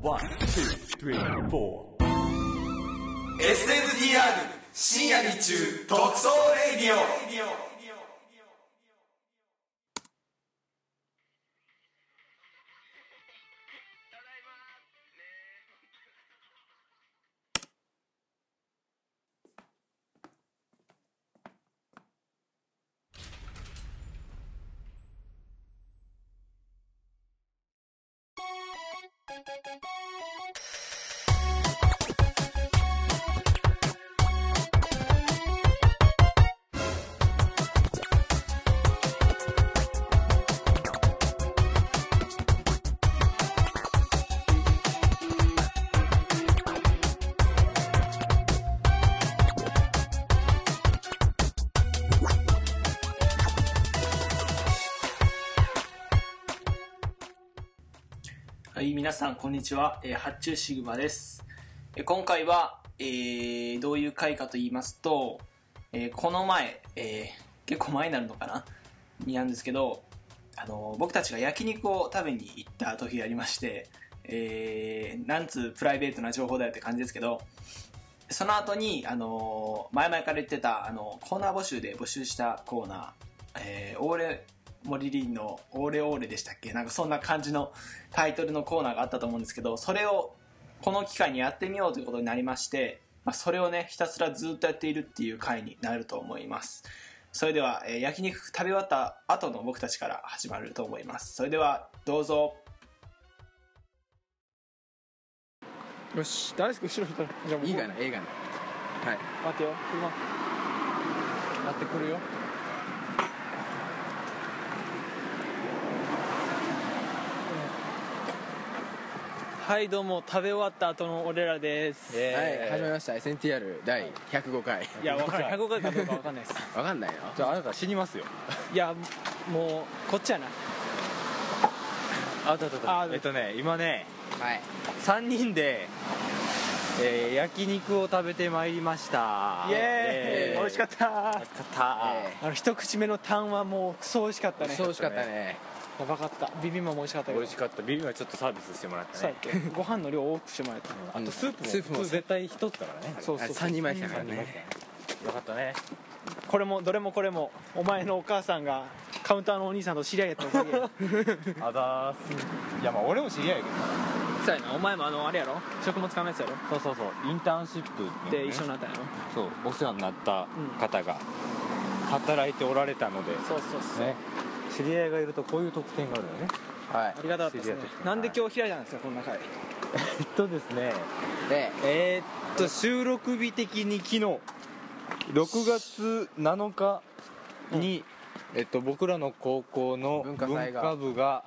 One, two, three, four. SNDR 深夜日中特捜レディオはい、皆さん、こんにちは。えー発注シグマです。えー今回は、えーどういう回かと言いますと、えーこの前、えー結構前になるのかなになんですけど、あのー僕たちが焼肉を食べに行った時がありまして、えーなんつうプライベートな情報だよって感じですけど、その後に、あのー前々から言ってた、あのコーナー募集で募集したコーナー、えーオーレ、モリリンのオーレオーレでしたっけなんかそんな感じのタイトルのコーナーがあったと思うんですけど、それをこの機会にやってみようということになりまして、まあ、それをね、ひたすらずっとやっているっていう回になると思います。それでは、えー焼肉食べ終わった後の僕たちから始まると思います。それでは、どうぞ。よし大好き後ろ引いたらじゃあもういいかな、映画の。はい。待てよ車なってくるよ。はいどうも食べ終わった後の俺らですはい、始まりました。SNTR 第105回。いや分からない105回かどうか分かんないです わかんないな。じゃああなた死にますよいやもうこっちやなあったあったあえっとね今ねはい。 3人で、えー焼肉を食べてまいりましたーイ美味しかった美味しかった、えあの一口目のタンはもうクソ美味しかったーねそう美味しかったね。やばかったビビンバも美味しかったけ美ど味しかったビビンはちょっとサービスしてもらったそうねやっけご飯の量多くしてもらえたあとスープもスープも普通絶対一つだからねそうあそうれそう3人前来たから三人前ね。ねよかったねこれもどれもこれもお前のお母さんがカウンターのお兄さんと知り合いやったおかげや あざーすいやまあ俺も知り合いやけど そうやなお前もあのあれやろ食物関のやつやろそうそうそうインターンシップっていうでね一緒になったんやろそうお世話になった方が働いておられたので、そうそうそうね知り合いがいるとこういう特典があるよねはありがたかったですね知り合いとしてなんで今日開いたんですかこの中でえっとですねい。で、えーっと収録日的に昨日6月7日に、えっと、僕らの高校の文化文祭が化部が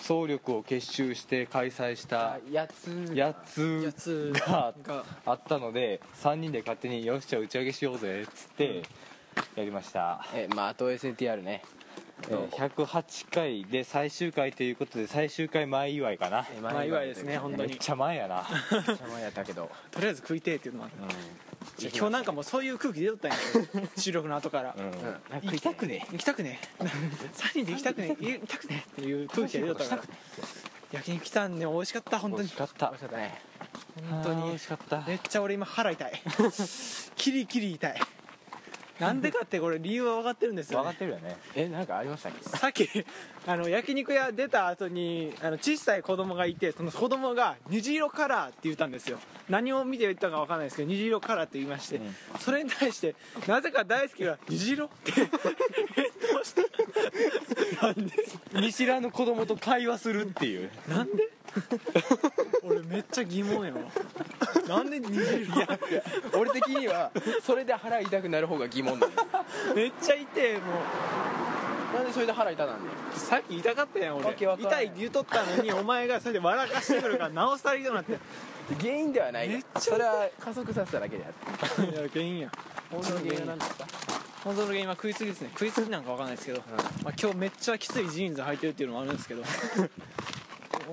総力を結集して開催したやつ。やつつががあったので3人で勝手に「よしじゃあ打ち上げしようぜ」っつってやりました、えー、まああと SNTR ね。えー108回で最終回ということで最終回前祝いかなまあ祝いですね本当めにっちゃ前やな、めっちゃ前やったけど。とりあえず食いてえっていうのもあるう今日なんかもうそういう空気出とったんやけ ど収録の後からんうんうん。行きたくねえ行きたくねえ3人で行きたくねえ行きたくねえっていう空気が出とったから焼肉来たんで美味しかった本当美に味しかった美味しかったね。本当あー美に味しかっためっちゃ俺今腹痛いキリキリ痛いなんでかってこれ理由は分かってるんですよ、分ね、かってるよねえ、なんかありましたっけさっきあの焼肉屋出た後にあの小さい子供がいてその子供が「虹色カラー」って言ったんですよ何を見て言ったか分かんないですけど虹色カラーって言いまして、それに対してなぜか大好きが「虹色?」って返答した見知らぬ子供と会話するっていうなんで俺めっちゃ疑問やわなんで虹色俺的 には、それで腹痛くなる方が疑問なんだよ。めっちゃ痛えもなんでそれで腹痛なんだよ。うさっき痛かったやん俺わけわからん痛いって言うとったのにお前がそれで笑かしてくるからなおさら痛くなって原因ではないめっよち。ゃそれは加速させただけであって。いや原因や本当の原因は何だった本当の原因は食いすぎですね食いすぎなんかわかんないですけど、まあ、今日めっちゃきついジーンズ履いてるっていうのもあるんですけど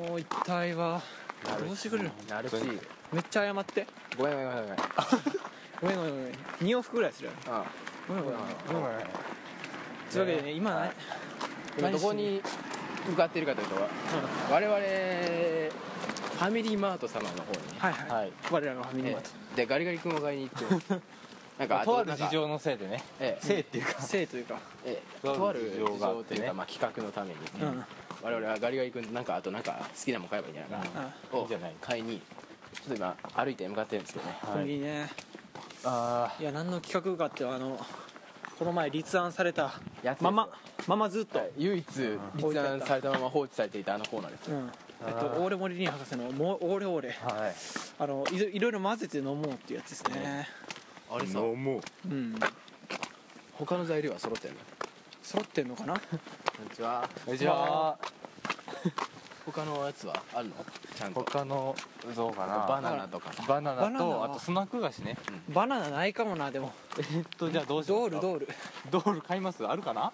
もう痛いわどうしてくれるのなるし。めっちゃ謝ってごめんごめんごめんごめん。ごめんごめんごめん2往復ぐらいするよあごめんごめんごめんというわけでね今ね今どこに向かっているかというと我々ファミリーマート様の方にはいはい、はい我らのファミリーマート、でガリガリ君を買いに行って なんかとある事情のせいでねええせいっていうか生というか、ええとあるとある事事情があっ情とてねいうか、まあ、企画のために、うん我々はガリガリ君なんかあとなんか好きなもん買えばいいんじゃないかな、うんいいをんじゃない買いにちょっと今歩いて向かってるんですけどねこはれいいいねあいや何の企画かってあのこの前立案されたやつですまよまままずっと、はい唯一立案されたまま放置されていたあのコーナーですうんえっと、オーレモリリン博士のも「オーレオーレあはい」あのいろいろいろ混ぜて飲もうっていうやつですねあれさ飲もううん他の材料は揃ってるの揃ってんのかなこんにちはこんにちは他のやつはあるのちゃんと他のどうかなバナナ とかさバナバナナナとはあとスナック菓子ねバナナないかもなでもえーっとじゃあどうしドますーかルドールドール買いますあるかな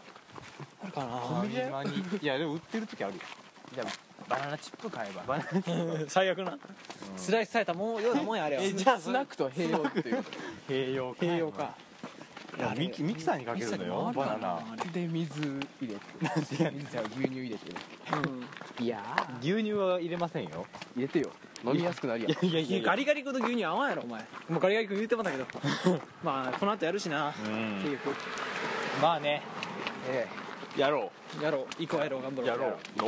あるかコンビニなにいやでも売ってる時あるよじゃあバナナチップ買えばバナナ 最悪な、スライスされたもんようなもんやあれはえじゃあスナックと併用っていう栄養栄養かいやミキミキサーにかけるのよバナナ で水入れて水 じゃあ牛乳入れてねうんいや牛乳は入れませんよー入れてよ飲みやすくなるやんいやいガリガリ君と牛乳合わんやろお前もうガリガリ君言うてもったけど まあこの後やるしなうん結局まあねえやろやろう行こうやろう頑張ろううや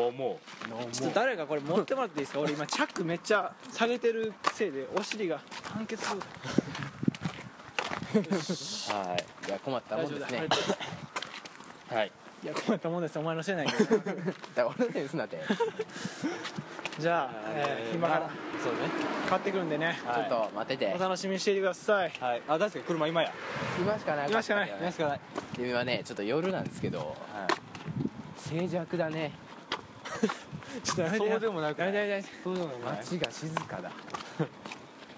ろう飲もうちょっと誰かこれ持ってもらっていいですか俺今チャックめっちゃ下げてるせいでお尻が判決するはいいや困ったも大ん丈夫でだすねはいいや困ったもんですお前のせいないけどだから俺のせいにすなってちょっじ ゃあ、えー今からそうね買ってくるんでねはいと待っててお楽しみにしていてくださいはいあ確かに車今や今しかない今しかない今しかない君はねちょっと夜なんですけど静寂だねちょっとやめてそうでもなくないやめてやめてそうなのね街が静かだ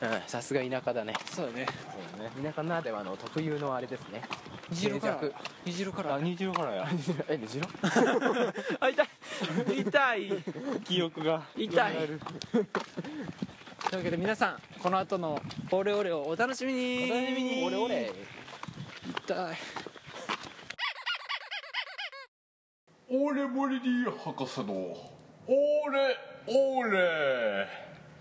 うんさすが田舎だねそうだねそうね田舎ならではの特有のあれですね虹色から静寂虹色からあ虹色からやえ虹色 あ痛い痛い記憶が 痛いというわけで皆さんこの後のオレオレをお楽しみにお楽しみに俺俺痛いオーレモリリー博士のオーレオーレ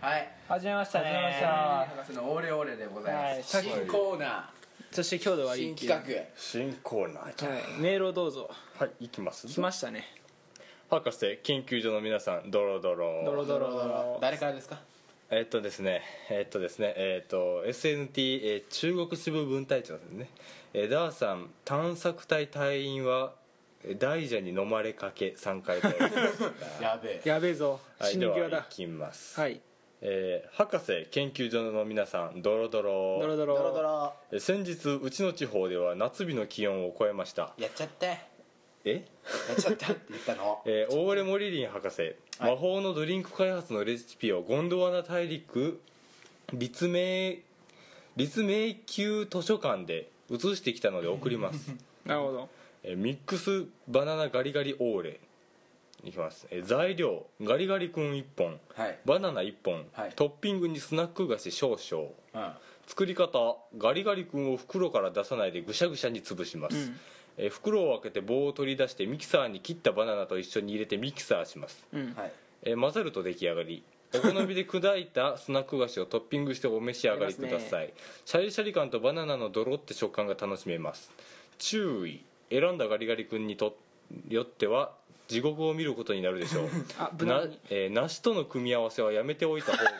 はい始めましたね博士のオーレオーレでございます新コーナそして今日で終わー新り企画新コーナーじゃはいメールをどうぞはい行きます来ましたね博士研究所の皆さんドロドロドロドロドロ誰からですかえっとですねえっとですねえっと SNT、えー中国支部分隊長ですね、えーダーさん探索隊隊員はえー大蛇に飲まれかけ3回目、やべえやべえぞはい、死でには際行だきます、はいえー博士研究所の皆さんドロドロドロドロえー先日うちの地方では夏日の気温を超えましたやっちゃってやえっちゃったって言った のえー、オーレモリリン博士、魔法のドリンク開発のレシピをゴンドワナ大陸立命立命宮図書館で移してきたので送ります、 なるほどえーミックスバナナガリガリオーレいきます、えー材料ガリガリ君1本はいバナナ1本、はいトッピングにスナック菓子少々うん作り方ガリガリ君を袋から出さないでぐしゃぐしゃに潰します、えー袋を開けて棒を取り出してミキサーに切ったバナナと一緒に入れてミキサーします、はいえー混ざると出来上がりお好みで砕いたスナック菓子をトッピングしてお召し上がりください、シャリシャリ感とバナナのドロって食感が楽しめます注意選んだガリガリ君にとよっては地獄を見ることになるでしょうあ無難になえー梨との組み合わせはやめておいた方が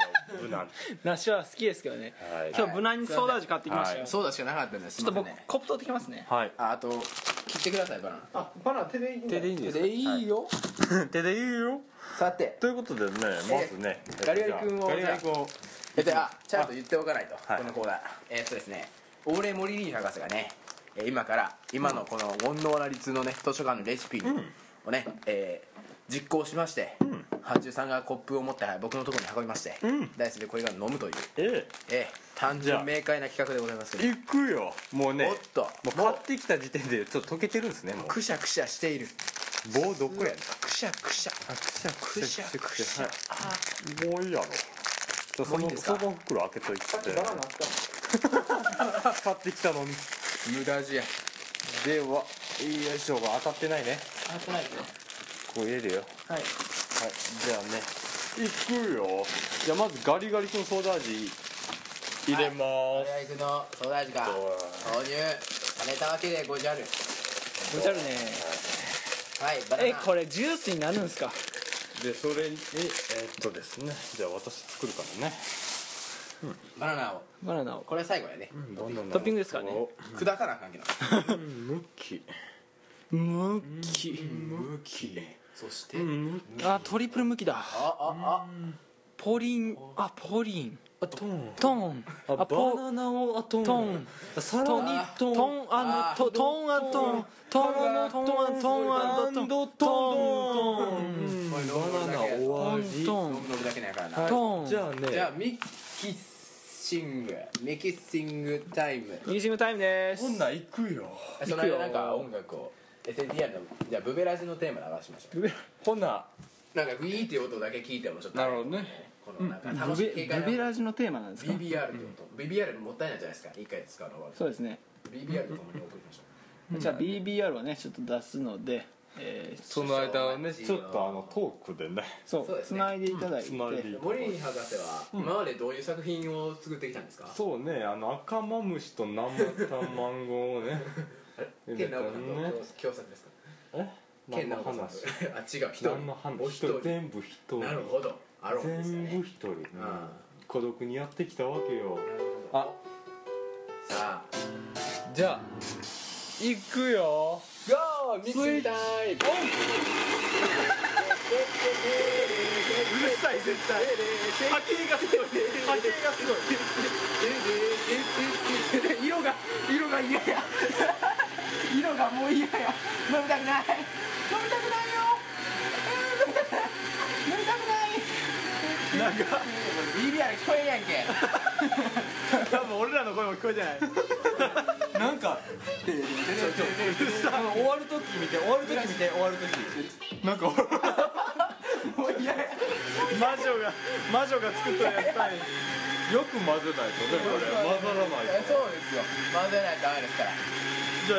無難梨は好きですけどねはい今日無難にソーダ味買ってきましたよちょそうだしかなかったんですっと僕コップ取ってきますね はいああと切ってくださいバナナあバナナ手でいいんだいいんでいいよ手でいいよさてということでねまずねガリガリ君をガリガリ君をえであちゃんと言っておかないとはいこのコーナーえーっとですねオーレモリリン博士がねえー今から今のこの権藤原律のね図書館のレシピをねえー実行しまして八中さんがコップを持って僕のところに運びましてダイスでこれが飲むというええー単じゃ純あ明快な企画でございますけど行くよもうねおっともう買ってきた時点でちょっと溶けてるんですねもうくしゃくしゃしている棒どこやねんくしゃくしゃくしゃくくしゃくしゃもういいやろじゃあそいいのんですそかの袋開け といて買ってきたのに無駄じゃではよいしょが当たってないねあとないですねこ入れるよはいはいじゃあねいくよじゃあまずガリガリ君ソーダ味入れまガす、リガリ君のソーダ味が投入されたわけでごじゃるごちゃるねはいバナナえこれジュースになるんですかでそれにえーっとですねじゃあ私作るからねバナナをバナナをこれは最後やねバナナトッピングですからねを砕かなあかんけど向きむき向きそしてあトリプルむきだああポリンあポリンあトーントーンああポバナナをあトーントーンさらにトーントンアンドトンアンドトンアンドトンアンドトンアンドトンあこれ飲むバナナだけ終わりト飲ンむだけなんやからなトンじゃあねじゃあミキシングミキシングタイムミーシングタイムですこんなんいくよその間なんか音楽を SNDR のじゃあブベラジのテーマ流しましょうほななんかグイーっていう音だけ聞いてもちょっとなるほどねこのなんか楽しい系かなベラジのテーマなんですか BBR って音 BBR もったいないじゃないですか一回使うのはそうですね BBR と共に送りましょじゃあ BBR をねちょっと出すので、えーその間はねそうちょっとあのトークでねそうそうですねつないでいただいて、つないでう森博士は今までどういう作品を作ってきたんですかそうねあの赤マムシと生卵をね ケンナオコさんねと共作ですかえケン何ナのオコさんと話あ違う一人何の話お一人全部一人なるほどアロンですよ全部ね一人、うんあ孤独にやってきたわけよなるほどあさあじゃあ行くよゴーミキシングタイムうるさい絶対波形がすごい波形がすごい色が色が嫌や色がもう嫌や飲みたくない飲みたくないようん飲みたくない飲みたくないなんか BBR 聞こえるやんけ多分俺らの声も聞こえてないなんか終わる時見て終わる時見て終わる時なんか魔女が魔女が作ったやつだねよく混ぜないとねこれ混ざらないえそうですよ混ぜないとダメですからじゃあ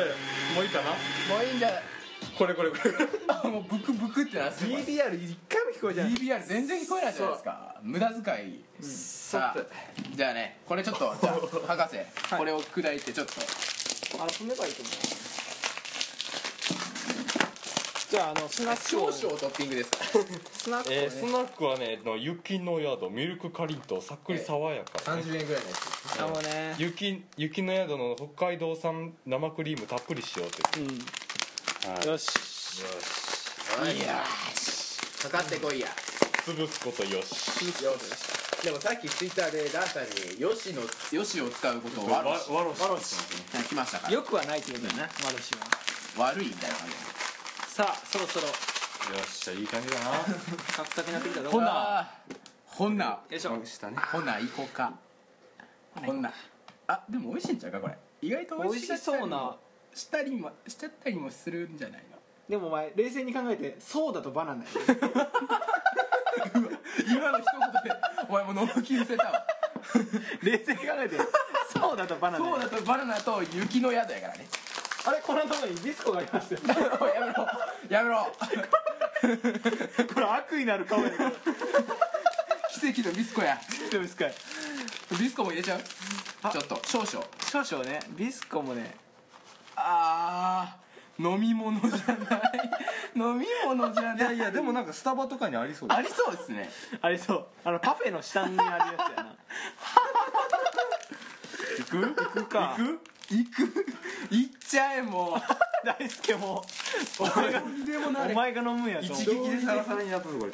もういいかなもういいんだこれこれこれ あもうブクブクってなってます BBR 一回も聞こえてない BBR 全然聞こえないじゃないですか無駄遣い、さあじゃあねこれちょっとじゃあ 博士、これを砕いてちょっと遊べばいいと思うじゃああのスナック少を々トッピングですスナックをえねー、スナックはねの雪の宿ミルクかりんとうさっくり爽やか、 30円ぐらいのやつあのね雪雪の宿の北海道産生クリームたっぷり使用ってはいよしいやかかってこいや潰すことよしよしでもさっきツイッターでダーさんに「よし」の「よし」を使うことをわ悪わしろし来ましたからよくはないってことだよねマルシは悪いみたいな感さあそろそろよっしゃいい感じだなカクカクになってきたぞほなほなよいしょしたねほな行こうかほなあでも美味しいんちゃうかこれ意外と美味しそうなしたりもしちゃったりもするんじゃない のでもお前冷静に考えてソーダとバナナやで今の一言でお前もののき見せたわ 冷静に考えてソーダとバナナやそうだとバナナと雪の宿やからね あれこのところにディスコがありますよおいやめろやめろ これ悪意のある顔やけど奇跡のビスコやどうですかビスコも入れちゃうちょっと少々少々ねビスコもねあー飲み物じゃない 飲み物じゃないいやでもなんかスタバとかにありそうありそうですねあれそうあのパフェの下にあるやつやな 行く行くか行く行く行っちゃえもう大輔もお前がでもお前が飲むんやと思う一撃でサラサラになったとこれ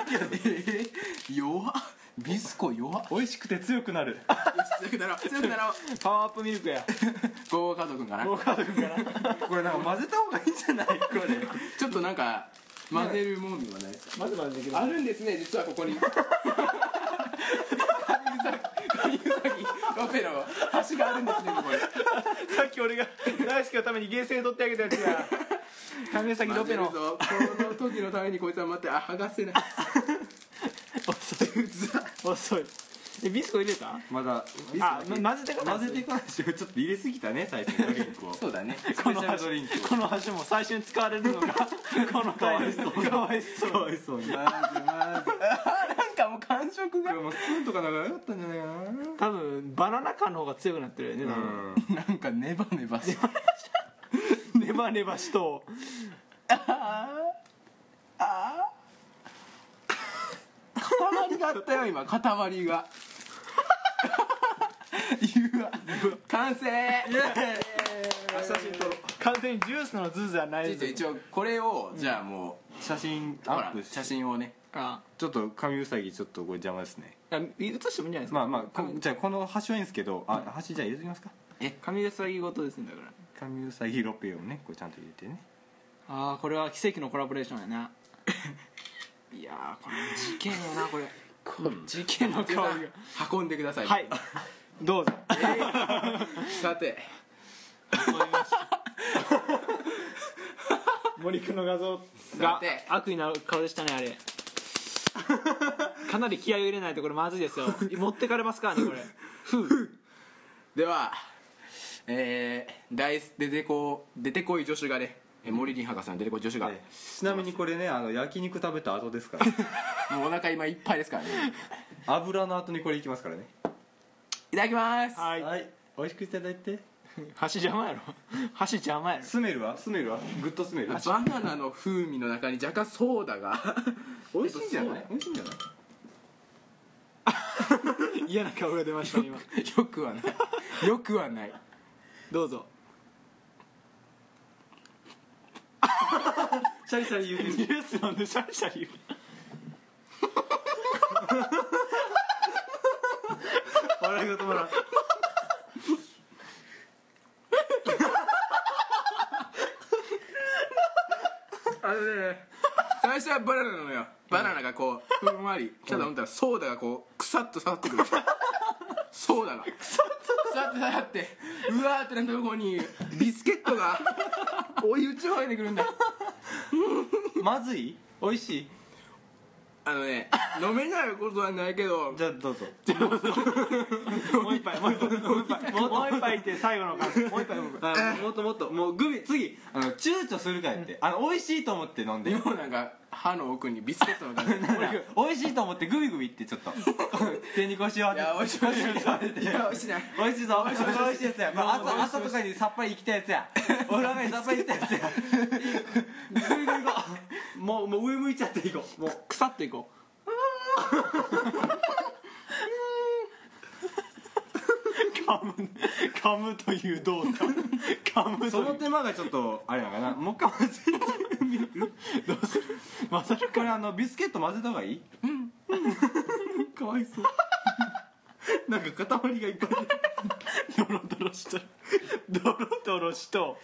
一撃やで、弱っビスコ弱っ美味しくて強くなる強くなろう強くなろうパワーアップミルクやゴーカードくんかな大川君からこれなんか混ぜた方がいいんじゃないこれちょっとなんか混ぜるもんではないですかまずまずできるあるんですね実はここにカニウサギカニウサギロペの端があるんですねここにさっき俺が大輔のためにゲーセンで取ってあげたやつ や神崎ロ混ペぜるのぞこの時のためにこいつは待ってあ剥がせない遅い遅いえビスコ入れたまだビスあコま混ぜてから混ぜてからでしょちょっと入れすぎたね最初のドリンク をそうだねスペシャルドリンクをこの箸も最初に使われるのが この回ですかわいそうかわいそうにマジマジなんかもう感触でがもスプーンとかならよかったんじゃないかな多分バナナ感の方が強くなってるよね、多分なんかネバネバしてネバネバしと塊だったよ今塊がうわ完成写真撮ろう完全にジュースのズーズーはないちょっと一応これをじゃあもう写真ほアらップし写真をねあちょっと紙うさぎちょっとこれ邪魔ですねあ映してもいいんじゃないですか、まあまあこじゃあこの箸はいいんですけどあ箸じゃあ入れときますか髪がさぎごとですねだから紙うさぎロペをねこれちゃんと入れてねああこれは奇跡のコラボレーションや ないやーこれ事件やなこれ事件の香りが運んでくださいはいどうぞさて森君の画像さがて悪意な顔でしたねあれかなり気合を入れないとこれまずいですよ持ってかれますからねこれではえー、ダイス出てこ出てこい助手がねえ森林博士の出てこい助手が、ええちなみにこれねあの焼肉食べた後 ですからもうお腹今いっぱいですからね油の後にこれいきますからねいただきますはいはい美味しくいただいて箸邪魔やろ箸邪魔やろスメルはスメルはグッとスメルバナナの風味の中に若干ソーダ が美味しいんじゃない美味しいんじゃない嫌な顔が出ました今よくはないよくはないどうぞシャリシャリ言うてるジュース飲んでシャリシャリ笑いが止まらんあのね最初はバナナなのよバナナがこうふんわりただ飲んだらソーダがこうくさっと刺さってくるソーダがくさっと刺さってうわーってなったとこにビスケットが追い打ちをかけてくるんだまずい美味しいあのね飲めないことはないけどじゃあどうぞもう一杯もう一杯もう一杯もう一杯いって最後の感想もう一杯もう一杯あもっともっともうグミ次あの躊躇するかやってあの美味しいと思って飲んででもなんか歯の奥にビスケットの感じ美味しいと思ってグビグビってちょっと手に腰を当いてや美味しくないいや美味しくない美味しいぞ美味しい やつや、まあ、朝朝とかにさっぱり生きたやつやお腹にさっぱり生きたやつやグビグビ行こう もうもう上向いちゃっていこうもう腐っていこう 噛む噛むという動作噛むそといのう手間がちょっとあれなのかなもう一回混ぜてみるどうするまさるこれあのビスケット混ぜた方がいいかわいそうなんか塊がいっぱいドロドロしとるドロドロしと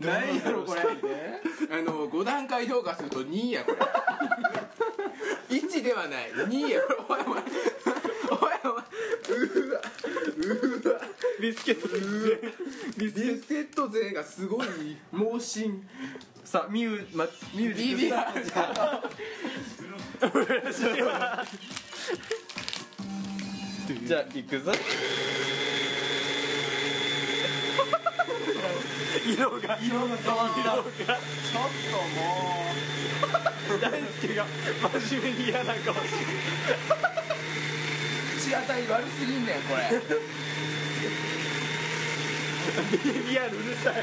何やろこれあの5段階評価すると2やこれ1ではない2やこれおいお前お前ビスケットビスケット勢がすごい猛進さあミュー、ま、ミュージックスタートじゃあじゃあ行くぞ色が変わった大輔が真面目に嫌な顔して口当たり悪すぎんだよこれる BBR うるさい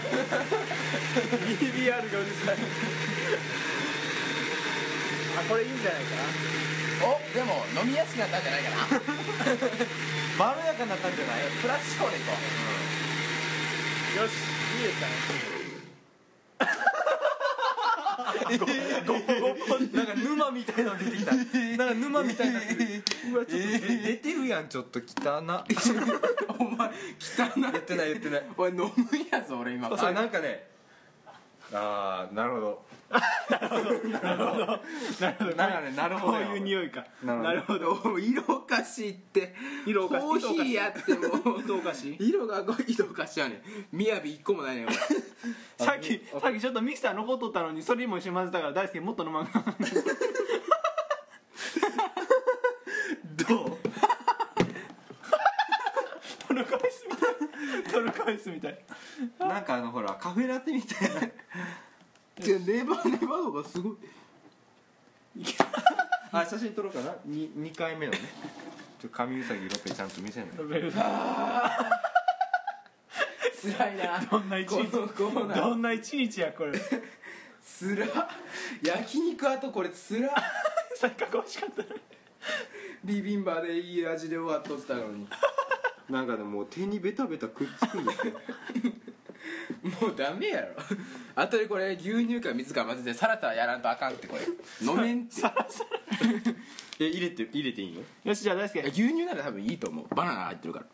BBR がうるさいあこれいいんじゃないかおでも飲みやすくなったんじゃないかなまろやかになったんじゃないプラス思考でいこなよしいいですかねなんか沼みたいなの出てきたなんか沼みたいなの出てきたうわちょっと出出てるやんちょっと汚なうお前汚い言ってない言ってないおい飲むやぞ俺今あなんかねああなるほどなんかねなるほこういう匂いかなるほどなるほどど色おかしいって色おかしいコーヒーやってもどうかし色が色おかしいわねみやび一個もないねこれさっきさっきちょっとミキサー残っとったのにそれも一緒に混ぜたから大輔もっと飲まんか どうトルコイスみたいなんかあのほらカフェラテみたいなネバネバのがすごいあ写真撮ろうかな 2, 2回目のねちょ神うさぎロペちゃんと見せない辛いなどんな一この日コーナーどんな一日やこれつら焼肉あとこれつらせっかく欲しかったのにビビンバでいい味で終わっとったのになんかでももう手にベタベタくっつくんですよもうダメやろあとでこれ牛乳か水か混ぜてサラサラやらんとあかんってこれ飲めんってえ入れて入れていいのよしじゃあ大輔牛乳なら多分いいと思うバナナ入ってるから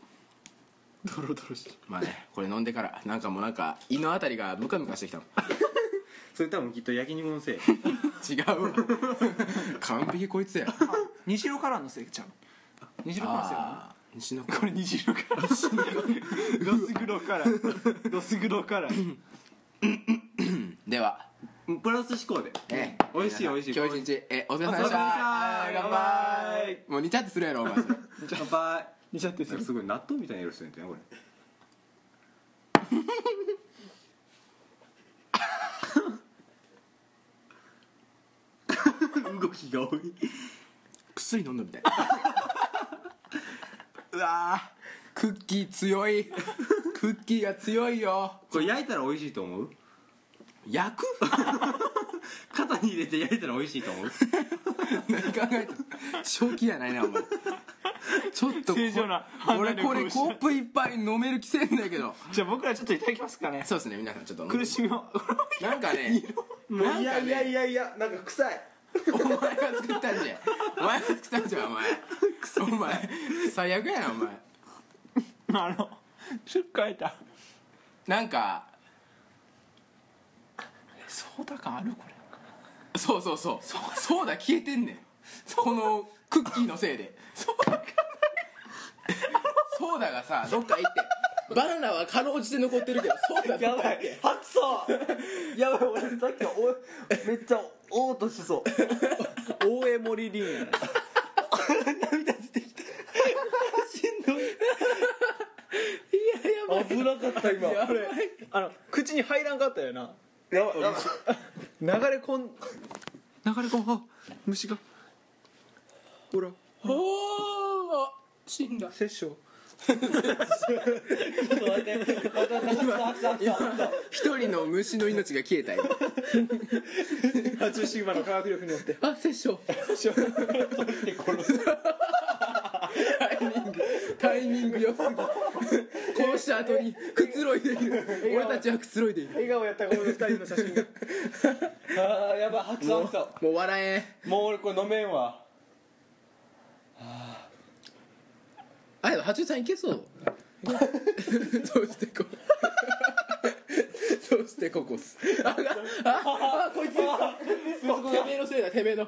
ドロドロしてまあねこれ飲んでからなんかもうなんか胃のあたりがムカムカしてきたもんそれ多分きっと焼肉のせい違うわ完璧こい つや西野からのせいちゃん西野からのせいかなあー西のこれ虹色からドス黒からドス黒から では プラス思考でえ美味しい美味しい今日一日えお疲れ様でしたお疲れ様でし乾た杯もう煮ちゃってするやろお 前それ乾杯にちゃってすなんるかすごい納豆みたいな色してるんだよねこれ動きが多い薬飲んだみたいうわークッキー強いクッキーが強いよこれ焼いたら美味しいと思う焼く 肩に入れて焼いたら美味しいと思う 何考えて正気やないなお前ちょっとこ正常な判俺断力こをれ失うコップいっぱい飲める気せんだけどじゃあ僕らちょっといただきますかねそうですね皆さんちょっと苦しみをなんかねなん いかやいやいねやいやなんか臭いお前が作ったんじゃんお前が作ったんじゃんお 前お前最悪やなお前あのちょっと変えたなんかソーダ感あるこれそうそうそうそうだ消えてんねんこのクッキーのせいでそうだがさどっか行ってバナナはかろうじて残ってるけどそうだどっか行って吐きそうやばい俺さっきおめっちゃおうとしそう大江森林やな涙出てきたしんどいいややばい危なかった今やばいあの口に入らんかったよなやばい流れ込ん流れ込んあ虫がほらおー死んだ殺生一人の虫の命が消えたよ八十シグマの科学力によってあ殺生タイミング良すぎこうした後にくつろいでいる俺たちはくつろいでいる笑顔やったこの二人の写真があーやばい吐きそう吐きそもう笑えんうもう俺これ飲めんわあれ八中さんいけそうどうしてこどうしてここっすあがああこいつてめえのせいだてめえの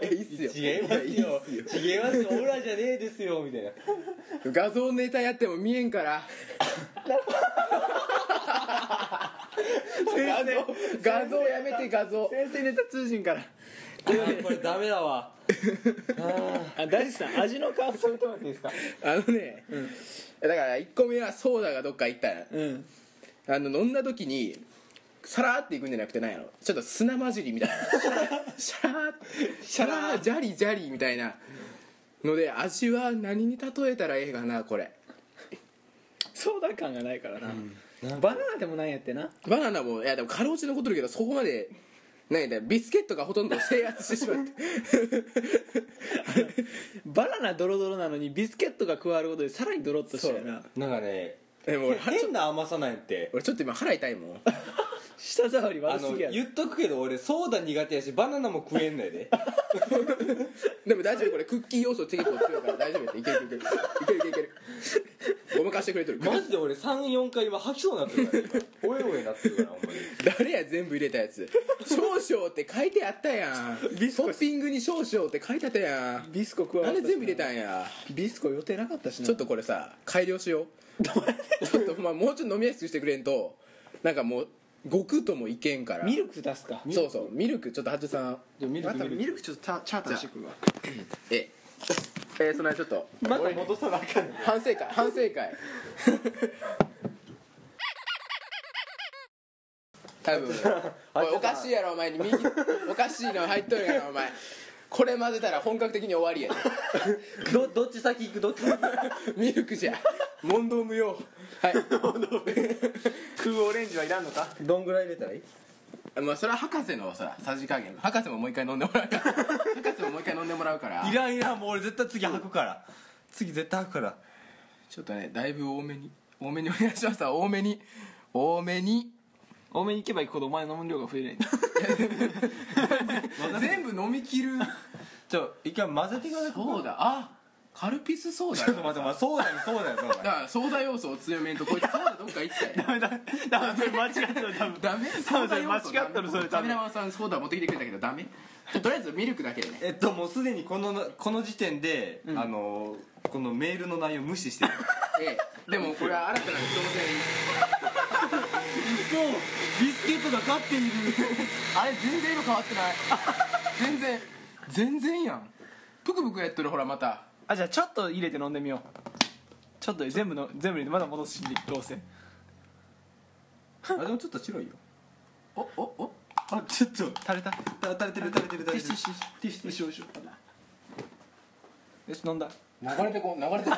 えいいっすよ違いまいすやいいよっすよ違いますよオラじゃねえですよみたいな画像ネタやっても見えんから画像画像やめて画像先生ネタ通信からあーこれダメだわあ大地さん味の感想言ってもらっていいですかあのね、だから1個目はソーダがどっか行ったら、うんあの飲んだ時にさらーっていくんじゃなくてなんやろちょっと砂混じり みたいなシャラーシャラージャリジャリみたいなので味は何に例えたらええかなこれソーダ感がないからな、バナナでもないんやってなバナナもいやでもかろうじて残ってるけどそこまでなんやったらビスケットがほとんど制圧してしまって バナナドロドロなのにビスケットが加わることでさらにドロッとしたよななんかねでも俺変な甘さなんやって俺ちょっと今腹痛いもん舌触りあ悪すのぎや言っとくけど俺ソーダ苦手やしバナナも食えんのやででも大丈夫これクッキー要素結構強いから大丈夫やっていけるいけるいけるいけるいけるごまかしてくれてるマジで俺34回今吐きそうになってるから、ね、今おえおえなってるからほんまに誰や全部入れたやつ「少々」って書いてあったやんトッピングに「少々」って書いてあったやんビスコ加わなっんたでし全部入れたんやビスコ予定なかったしなちょっとこれさ改良しようちょっとまあもうちょっと飲みやすくしてくれんとなんかもう極ともいけんからミルク出すかそうそうミルクちょっと八重さんでもミルクまたミルクミルクちょっとチャーターしてくるわええー、その間ちょっとまた戻さなあかんね反省会反省会多分おいおかしいやろお前に右おかしいの入っとるやろお前これ混ぜたら本格的に終わりやでどどっち先行くどっち先行くミルクじゃ問答無用 はい空オレンジはいらんのかどんぐらい入れたらいいまあそれは博士のささじ加減博士ももう一回飲んでもら うから博士ももう一回飲んでもらうからいらんいらんもう俺絶対次履くから次絶対履くからちょっとねだいぶ多めに多めにお願いします多めに多めに多めに行けば行くほどお前の飲む量が増えるやん 全部飲み切るちょ一回混ぜてくださいそうだあカルピスソーダちょっと待って待ってそうだよそうだよそだうだよからソーダ要素を強めんとこいつソーダどっか行ったよだからそれ間違ったら多分ダメソーダ要素間違ったのそれカメラマンさんソーダ持ってきてくれたけどダメとりあえずミルクだけでねえっともうすでにこのこの時点で、あのこのメールの内容無視してるええでもこれは新たな挑ビスケットが勝っている戦あれ全然色変わって ない全然全然やんプクプクやっとるほらまたあじゃあちょっと入れて飲んでみようちょっと全部の全部入れてまだ戻すしどうせあでもちょっと白いよおおおあちょっと垂れた垂れてる垂れてる垂れてるティッシュティッシュよし飲んだ流れてこ流れてこ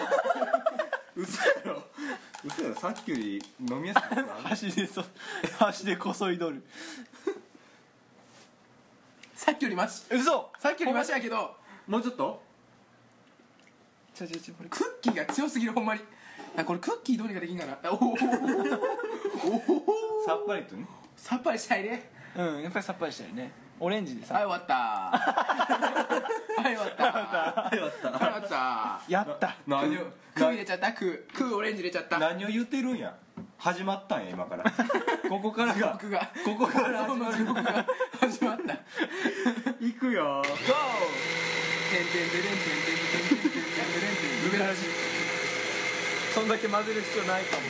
嘘やろ嘘やろさっきより飲みやすくなった箸でそ 箸でこそいどるさっきよりマシ嘘さっきよりマシやけどもうちょっとちょちょちょこれクッキーが強すぎるほんまにあこれクッキーどうにかできんかなあおおおおさっぱりとねさっぱりしたいねうんやっぱりさっぱりしたよねオレンジではいさ終わ ったはい終わったはい終わったはい終わっやった何 をたクー入れちゃったクークーオレンジ入れちゃった何を言ってるんや始まったんや今からここからが僕がここからこ始まのる地獄が始まったいくよそんだけ混ぜる必要ないかも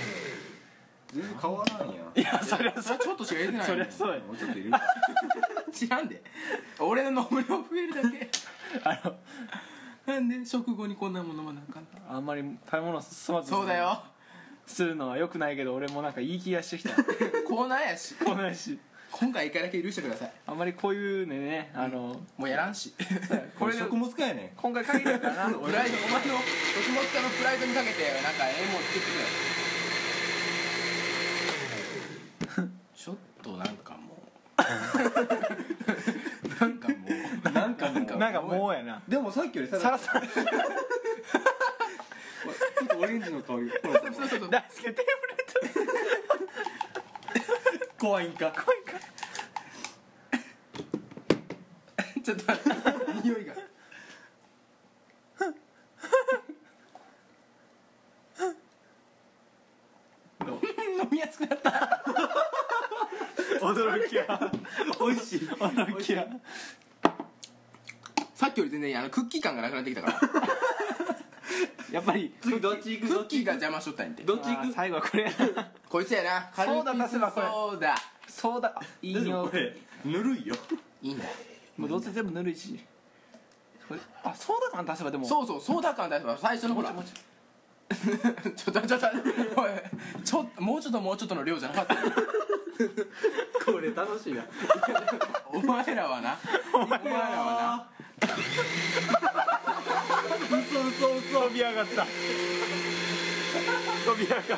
全然変わらんやいやそれはそれちょっとしか入れてないそりゃそうやもうちょっといるか知らんで俺の飲む量増えるだけあなんで食後にこんなものもなあかんののあんまり食べ物進まずそうだよするのはよくないけど俺もなんかいい気がしてき たコーナーやしこないし今回一回だけ許してくださいあんまりこういうのねあのもうやらんしこれ食物科やね今回限りだからなプライドお前の食物科のプライドにかけてなんかええもん作ってくれちょっとなんかも うなんかもうんなんかもうなんかもうやなでもさっきよりさらさらちょっとオレンジの香りがほらそうそうそう大輔手 怖いんか怖いんかちょっと待って 匂いが飲みやすくなった驚きや美味しい驚きやさっきより全然あのクッキー感がなくなってきたからやっぱり次どっち行クくどッっキちーが邪魔しとったんやてどっち行あーく最後はこれこいつやなカルソーダピ出スソせばこれーダそうだいいでもよこれぬるいよいいねもうどうせ全部ぬるいしこれあソーダ感出せばでもそうそうソーダ感出せば最初のほらちょっ とちょっとおいちょっともうちょっともうちょっとの量じゃなかったよこれ楽しいなお前らはなお前らは嘘嘘嘘飛び上がった飛び上がった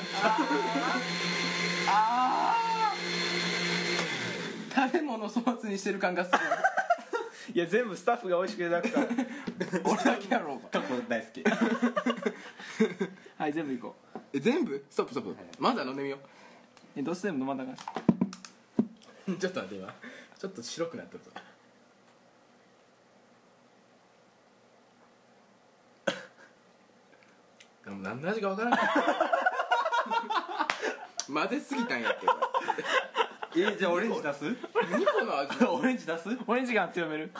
な食べ物粗末にしてる感がするいや全部スタッフが美味しくいただくから 俺だけやろうか過去大好きはい全部いこうえ全部ストップストップまずは飲んでみよえどうせ全部飲まんだからうちょっと待って今ちょっと白くなってるぞ でも何の味か分からない 混ぜすぎたんやってこえーじゃあオレンジ出すれ何この味オレンジ出すオレンジ感強める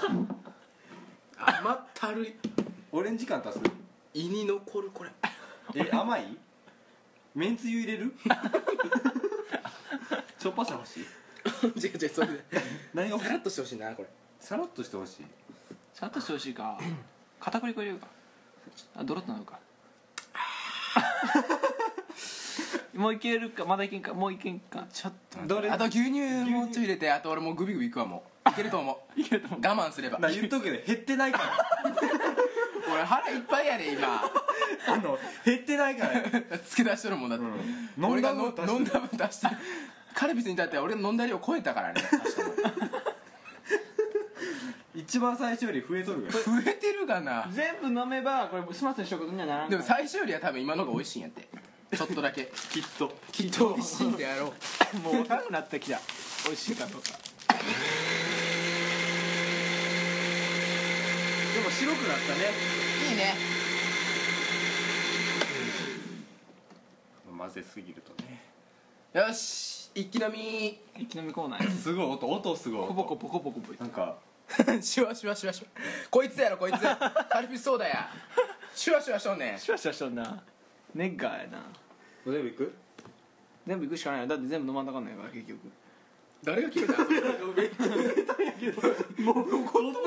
甘ったるいオレンジ感足す胃に残るこれえ甘いめんつゆ入れるちょっぱさ欲しい違う違うそれで何が欲さしらいっとしてほしいなこれさらっとしてほしいちゃんとしてほしいか片栗粉入れるかあドロッとなる かもういけるかまだいけんかもういけんかちょっとどれあと牛乳もうちょい入れてあと俺もうグビグビいくわもういけると思ういけると思う我慢すればな言っとくけど減ってないから俺腹いっぱいやで今 あの減ってないからよ付け出しとるもんだって、うん俺が飲んだ分足してる飲んだ分足してるカルピスに至っては俺の飲んだ量超えたからね足したの一番最初より増えとるから増えてるかな全部飲めばこれ始末にしようことにはならんでも最初よりは多分今の方が美味しいんやってちょっとだけきっときっと美味しいんでやろうもう分からなくなってきた美味しいかどうかでも白くなったねいいね混ぜすぎるとねよし一気飲み生き飲みコーナーですすごい音音すごい音コポコポコポコポなんかシュワシュワシュワシュワこいつやろこいつカルピスソーダやシュワシュワしとんねんシュワシュワしとんなネッガーやな全部いく全部いくしかないよだって全部飲まんとかんないから結局誰が決めたコップにな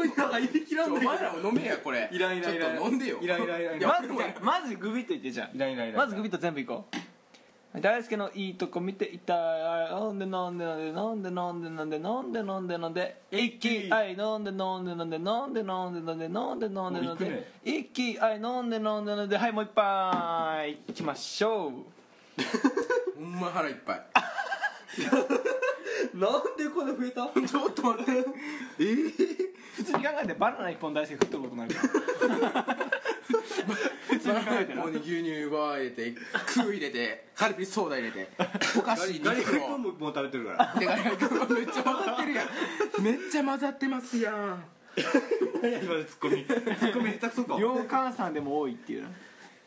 んか入れきらおんねん前らも飲めやこれいらんいらんいらんちょっと飲んでよいらんいらんいらんいいややまずじゃあまずグビッといってじゃいらんいらんいあらまんずグビッと全部いこう大輔のいいとこ見ていた飲んで飲んで飲んで飲んで飲んで飲んで飲んで飲んで飲んで一気あい飲んで飲んで飲んで飲んで飲んで飲んで飲んで飲んで飲んもう行くでね一気あい飲んで飲んで飲んではいもう一杯いきましょうほんま腹いっぱいなんでこんな増えたちょっと待って普通に考えてバナナ一本大輔食っとることになるから普通に考えてに牛乳奪えて空入れてカルピスソーダ入れてお菓子にガリガリも君ももう食べてるからでガリガリ君もめっちゃ混ざってるやんめっちゃ混ざってますやん今のツッコミツッコミ下手くそか 洋館さんでも多いっていう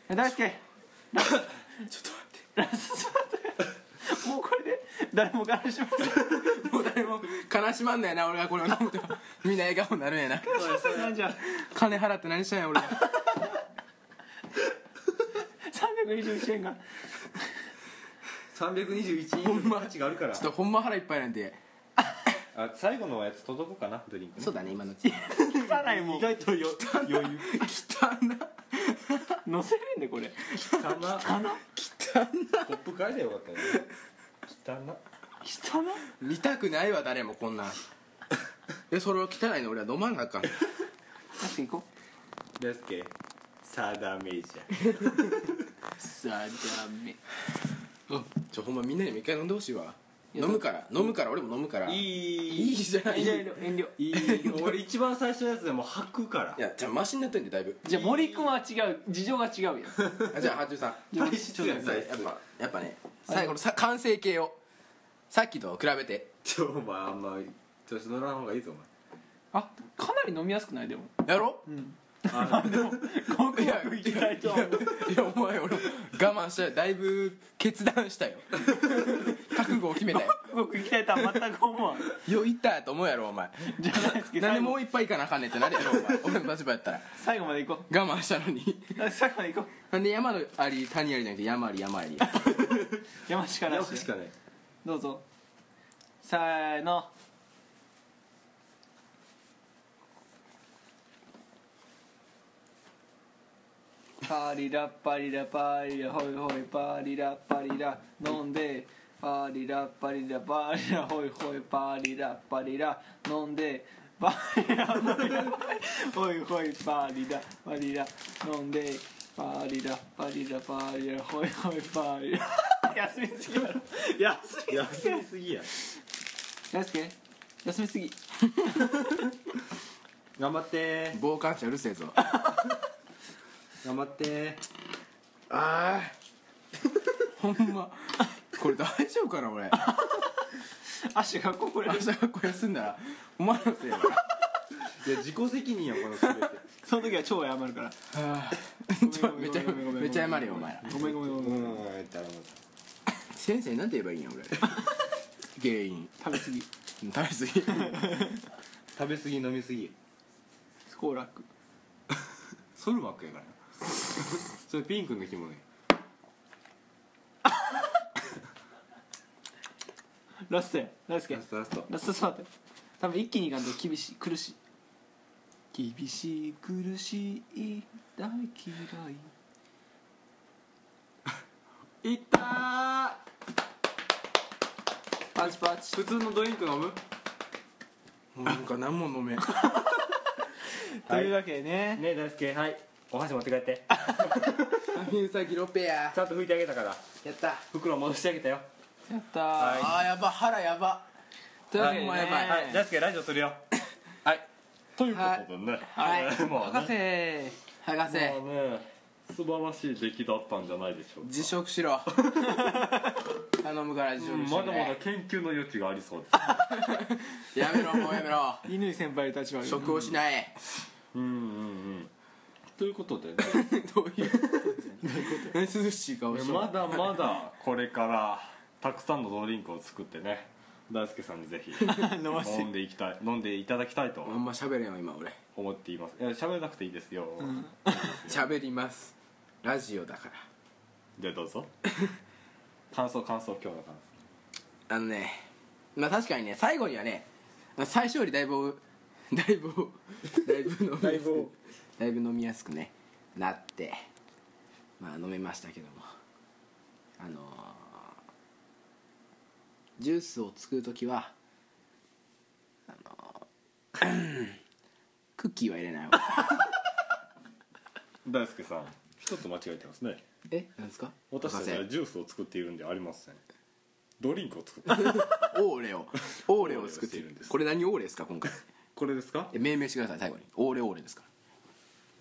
な大輔 ラストちょっと待ってラストちょっと待ってもうこれで誰も悲しま もう誰も悲しまんないな俺がこれを飲むと みんな笑顔になるんやなせんなんじゃ金払って何したんや俺が321円が321ほんま価値があるからちょっとほんま腹いっぱいなんであ最後のやつ届こうかなドリンクねそうだね今のうち汚ないもん意外とよ余裕汚な乗せれんでこれ汚な汚なコップ変えりゃよかったね汚な汚な見たくないわ誰もこんなんでそれを汚いの俺は飲まんなあかんラスト行こ大輔サーダーメイジャーうさあダメちょほんまみんなにも一回飲んでほしいわ飲むから飲むから俺も飲むからいいいいじゃない遠い慮遠慮いい俺一番最初のやつでもう吐くからやじゃあマシになってんでだいぶじゃあ森君は違う事情が違うやんあじゃあ八十さん体質やんや体っ質ぱやっぱね最後のさ完成形をさっきと比べてちょお前あんま調子乗らん方がいいぞおあかなり飲みやすくないでもやろごくいごやくいきたいと思ういやお前俺我慢したよだいぶ決断したよ覚悟を決めたよごくいきたいとは全く思わんよいったやと思うやろお前じゃあ大輔なんで最も後う一杯いかなあかんねんってなるやろお前俺の立場やったら最後まで行こ我慢したのにう最後まで行こうなんで山のあり谷ありじゃなくて山あり山あり山しか前なやしくしかないどうぞせーのパリラパリラパリラホイホイパリラパリラ飲んでパリラパリラパリラホイホイパリラパリラ飲んでパリラパリラホイホイパリラパリラ飲んでパリラパリラパリラホイホイパリラ 休みすぎだろ休み休みすぎや大輔休みすぎ頑張って傍観者うるせえぞ頑張ってあーほんまこれ大丈夫かな俺足がここれ明日学校休んだらお前のせいやからいや自己責任やこの全てその時は超謝るからあーちょめっちゃ めっちゃ謝るよお前らごめんごめんごめんうん頼む先生なんて言えばいいんや俺原因食べ過ぎ食べ過ぎ食べ過ぎ飲み過ぎ好楽ソルマックやからな それピンクの着物やラストや大輔ラストラストラストスパート多分一気にいかんと厳しい苦しい厳しい苦しい大嫌いいったーパチパチ普通のドリンク飲むもうなんか何も飲 めんというわけでねねえ大輔はいお箸持って帰って三ウサギロペアちゃんと拭いてあげたからやった袋戻してあげたよやったーあーやば腹やばというわけでねあやばいは大輔ラジオするよということでね、はいもう博ね士博士まあね素晴らしい出来だったんじゃないでしょうか辞職し ろ頼むから辞職しまろ、だまだね研究の余地がありそうですやめろもうやめろ乾先輩の立場で職をしないうんうんうんということでねどういう 何涼しい顔して まだまだこれからたくさんのドリンクを作ってね大輔さんに ぜひ飲んでいきたい飲んでいただきたいとあんま喋れんよ今俺思っていますいや喋らなくていいですよ、喋りますラジオだかじゃあどうぞ感想感想今日の感らあのねまあ確かにね最後にはね最初よりだいぶ だいぶだいぶ飲 みやすくだいぶ飲みやすくねなってまあ飲めましたけどもあのージュースを作る時はあのー クッキーは入れない方が想大輔さん一つ間違えてますねえなんですか私たちは博士ジュースを作っているんではありませんドリンクを作っているオーレをオーレを作っていオーレをしているんるですこれ何オーレですか今回これですかえ命名してください最後にオーレオーレですか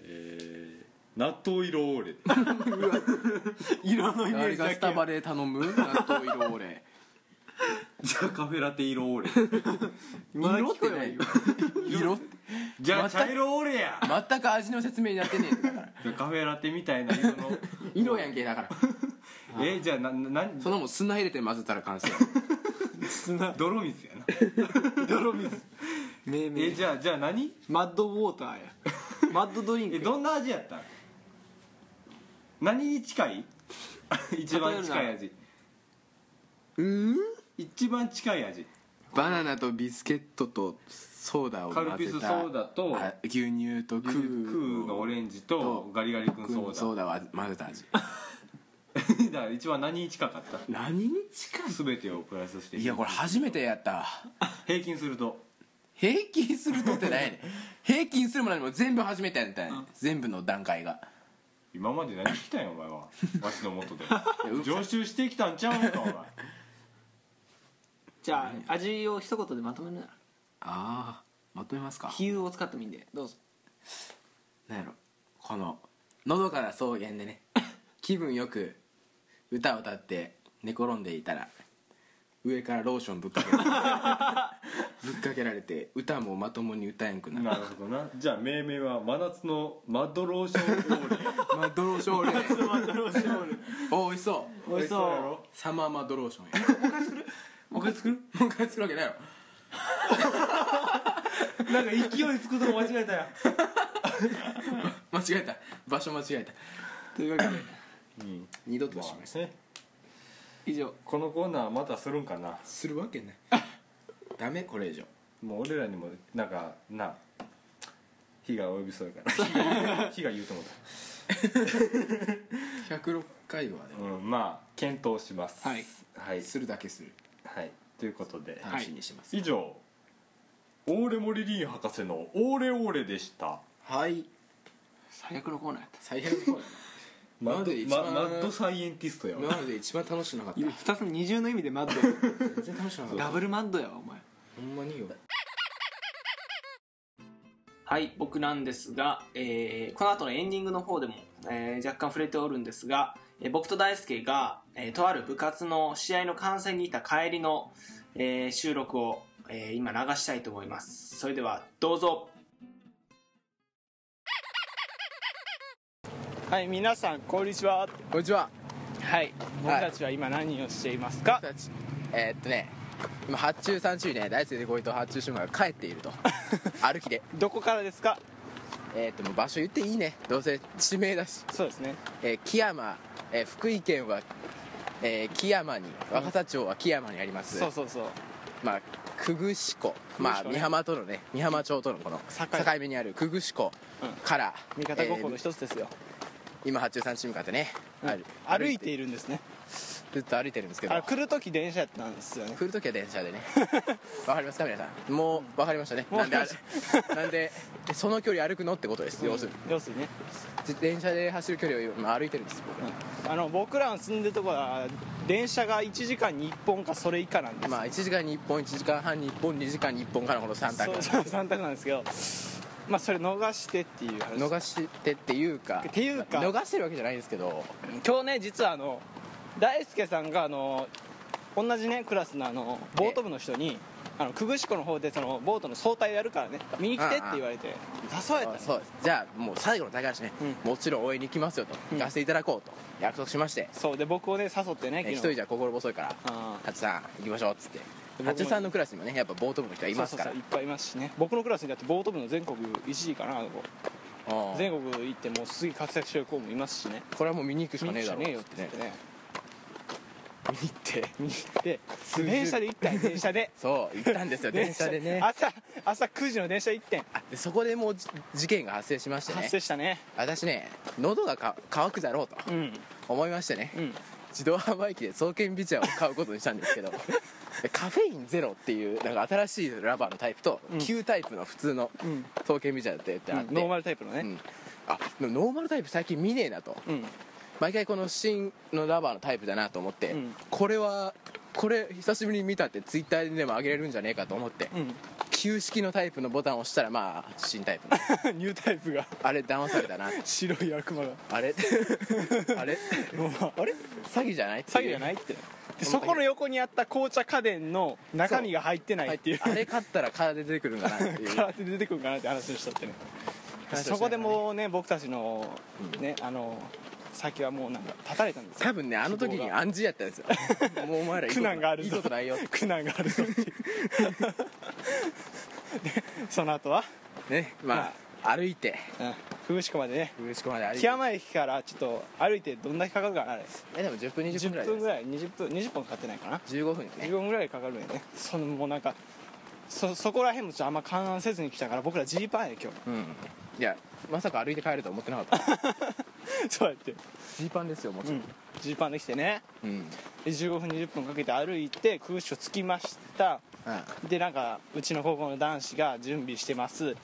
えー、納豆色オー レ色のイメー誰ジだがけスタバで頼む納豆色オーレじゃあカフェラテ色オーレ 色ってないよ色ってじゃあ茶色オーレや全く味の説明になってねえんだからじゃあカフェラテみたいな色 の色やんけだからえー、じゃあなななそのもん砂入れて混ぜたら完 成泥水やな泥水命え名ー、じゃあじゃあ何マッドウォーターやマッドドリンえクどんな味やったん何に近 い一番近い味うん一番近い味バナナとビスケットとソーダをカ混ぜルたピスソーダとあ牛乳とククークーーのオレンジととガリガリ君クーソのソーーダを混ぜた味ダ だから一番何に近かった何に近全てをプラスしていいやこれ初めてやったわ平均す ると平均するとってないね平均するも何も全部初めてやったんやね全部の段階が今まで何してきたんやお前はわしのもとでう常習してきたんちゃうんかお前じゃあ味を一言でまとめるならああまとめますか比喩を使ってもいいんでどうぞなんやろこののどかな草原で ね気分よく歌を歌って寝転んでいたら上からローションぶっかけら れてぶっかけられて歌もまともに歌えんくなるなるほどなじゃあ命名は真夏のマッドローションオ ーレマドローション俺泥しおる おいしそ美味しそうやろうサマーマドローションやもう一回作るもう一回作るわけないよなんか勢いつくとこ間違えたよ間違えた場所間違えたというわけで、二度としましたね以上このコーナーまたするんかなするわけないダメこれ以上もう俺らにもなんかな火が及びそう やから火が言うと思っ106回はねた、うん、まあ検討しますはいはい、するだけするはい、ということで、楽しみにしてます以上オーレモリリン博士の「オーレオーレ」でしたはい最悪のコーナーやった最悪の 方マなんでッ一ド番ママッドサイエンティストや今までで一番楽しくなかった2つの二重の意味でマッドや全然楽しくなかったダブルマッドやわお前ほんまによはい僕なんですが、えーこの後のエンディングの方でも、えー若干触れておるんですが、えー僕と大輔が、えーとある部活の試合の観戦にいた帰りの、えー収録を、えー今流したいと思いますそれではどうぞはい皆さんこんにちはこんにちははい僕たちは今何をしていますか、僕たちえーっとね今発注さん中にね大輔でこいと発注主が帰っている と歩きでどこからですかえーっともう場所言っていいねどうせ地名だし、そうですねえー、木山、えー福井県は、えー木山に若狭町は木山にあります、そうそうそうまあ久具志湖まあ美浜とのね美浜町とのこの境目にある久具志湖から、味方えごっこのー一つですよ、今八中さんチームからね、ある歩いているんですねずっと歩いてるんですけどあ来る時電車やったんですよね来るときは電車でねわかりますか皆さんもうわかりましたねなんであれ なんでその距離歩くのってことです要するに要するにね自転車で走る距離を今歩いてるんです僕あの僕らの住んでるとこは電車が1時間に1本かそれ以下なんです、まあ1時間に1本1時間半に1本2時間に1本からこの3そ択うそう3択なんですけどまあそれ逃してっていう話逃してっていうかっていうか逃してるわけじゃないんですけど今日ね実はあの大輔さんがあの同じねクラスのあのボート部の人にあの久々子の方でそのボートの総体をやるからね見に来てって言われて誘われたんですそうですじゃあもう最後の高橋ね、もちろん応援に来ますよと行かせていただこうと約束しまして、そうで僕をね誘ってねえ昨一日人じゃ心細いからあ「ーハチさん行きましょう」っつって僕もハチさんのクラスにもねやっぱボート部の人はいますかそらうそうそういっぱいいますしね僕のクラスにだってボート部の全国1位かなあの子うん全国行ってもうすげえ活躍してる子もいますしねこれはもう見に行くし見かにね行くしえだかろうねえよっっつってねてね見に行って見に行って電車で行ったよ電車でそう行ったんですよ 電車でね朝朝9時の電車行ってんあでそこでもうじ事件が発生しまして発ね生したね私ね喉がか渇くだろうとうん思いましてね、うん自動販売機で創建ビチャを買うことにしたんです けどでカフェインゼロっていうなんか新しいラバーのタイプと旧タイプの普通のん創建ビチャってあって、ノーマルタイプのね、うんあでもノーマルタイプ最近見ねえなと、うん毎回この新のラバーのタイプだなと思って、うんこれはこれ久しぶりに見たってツイッターでも上げれるんじゃねえかと思って、ん旧式のタイプのボタンを押したらまあ新タ イプのニュータイプがあれ騙されたな白い悪魔があれ あれ あれ詐欺じゃない詐欺じゃないいってでそこの横にあった紅茶家電の中身が入ってないっていうあれ買ったら体出てくるんかなっていう空手で出てくるかなって話をしたってねそこでもうね僕たちのね、あの先はもうなんか立たれたんですよ多分ねあの時に暗示やった んですよもうお前らいいこ苦と難があるいいぞことないよっ て苦難があるぞっていう でその後はねまあ歩いてうんふぐしこまでねうしこまで歩いて木山駅からちょっと歩いてどんだけかかるかなあれえでも10分20分ぐ10ら分いじゃないぐらい20分20分かかってないかな15分ね15分ぐらいかかるんよねそのもうなんかそそこら辺もちょっとあんま勘案せずに来たから僕らジーパンや今日 うんいやまさか歩いて帰るとは思ってなかったそうやってジーパンですよもちうろんんジーパンできてねうん、で15分20分かけて歩いて空所着きましたあでなんかうちの高校の男子が準備してます、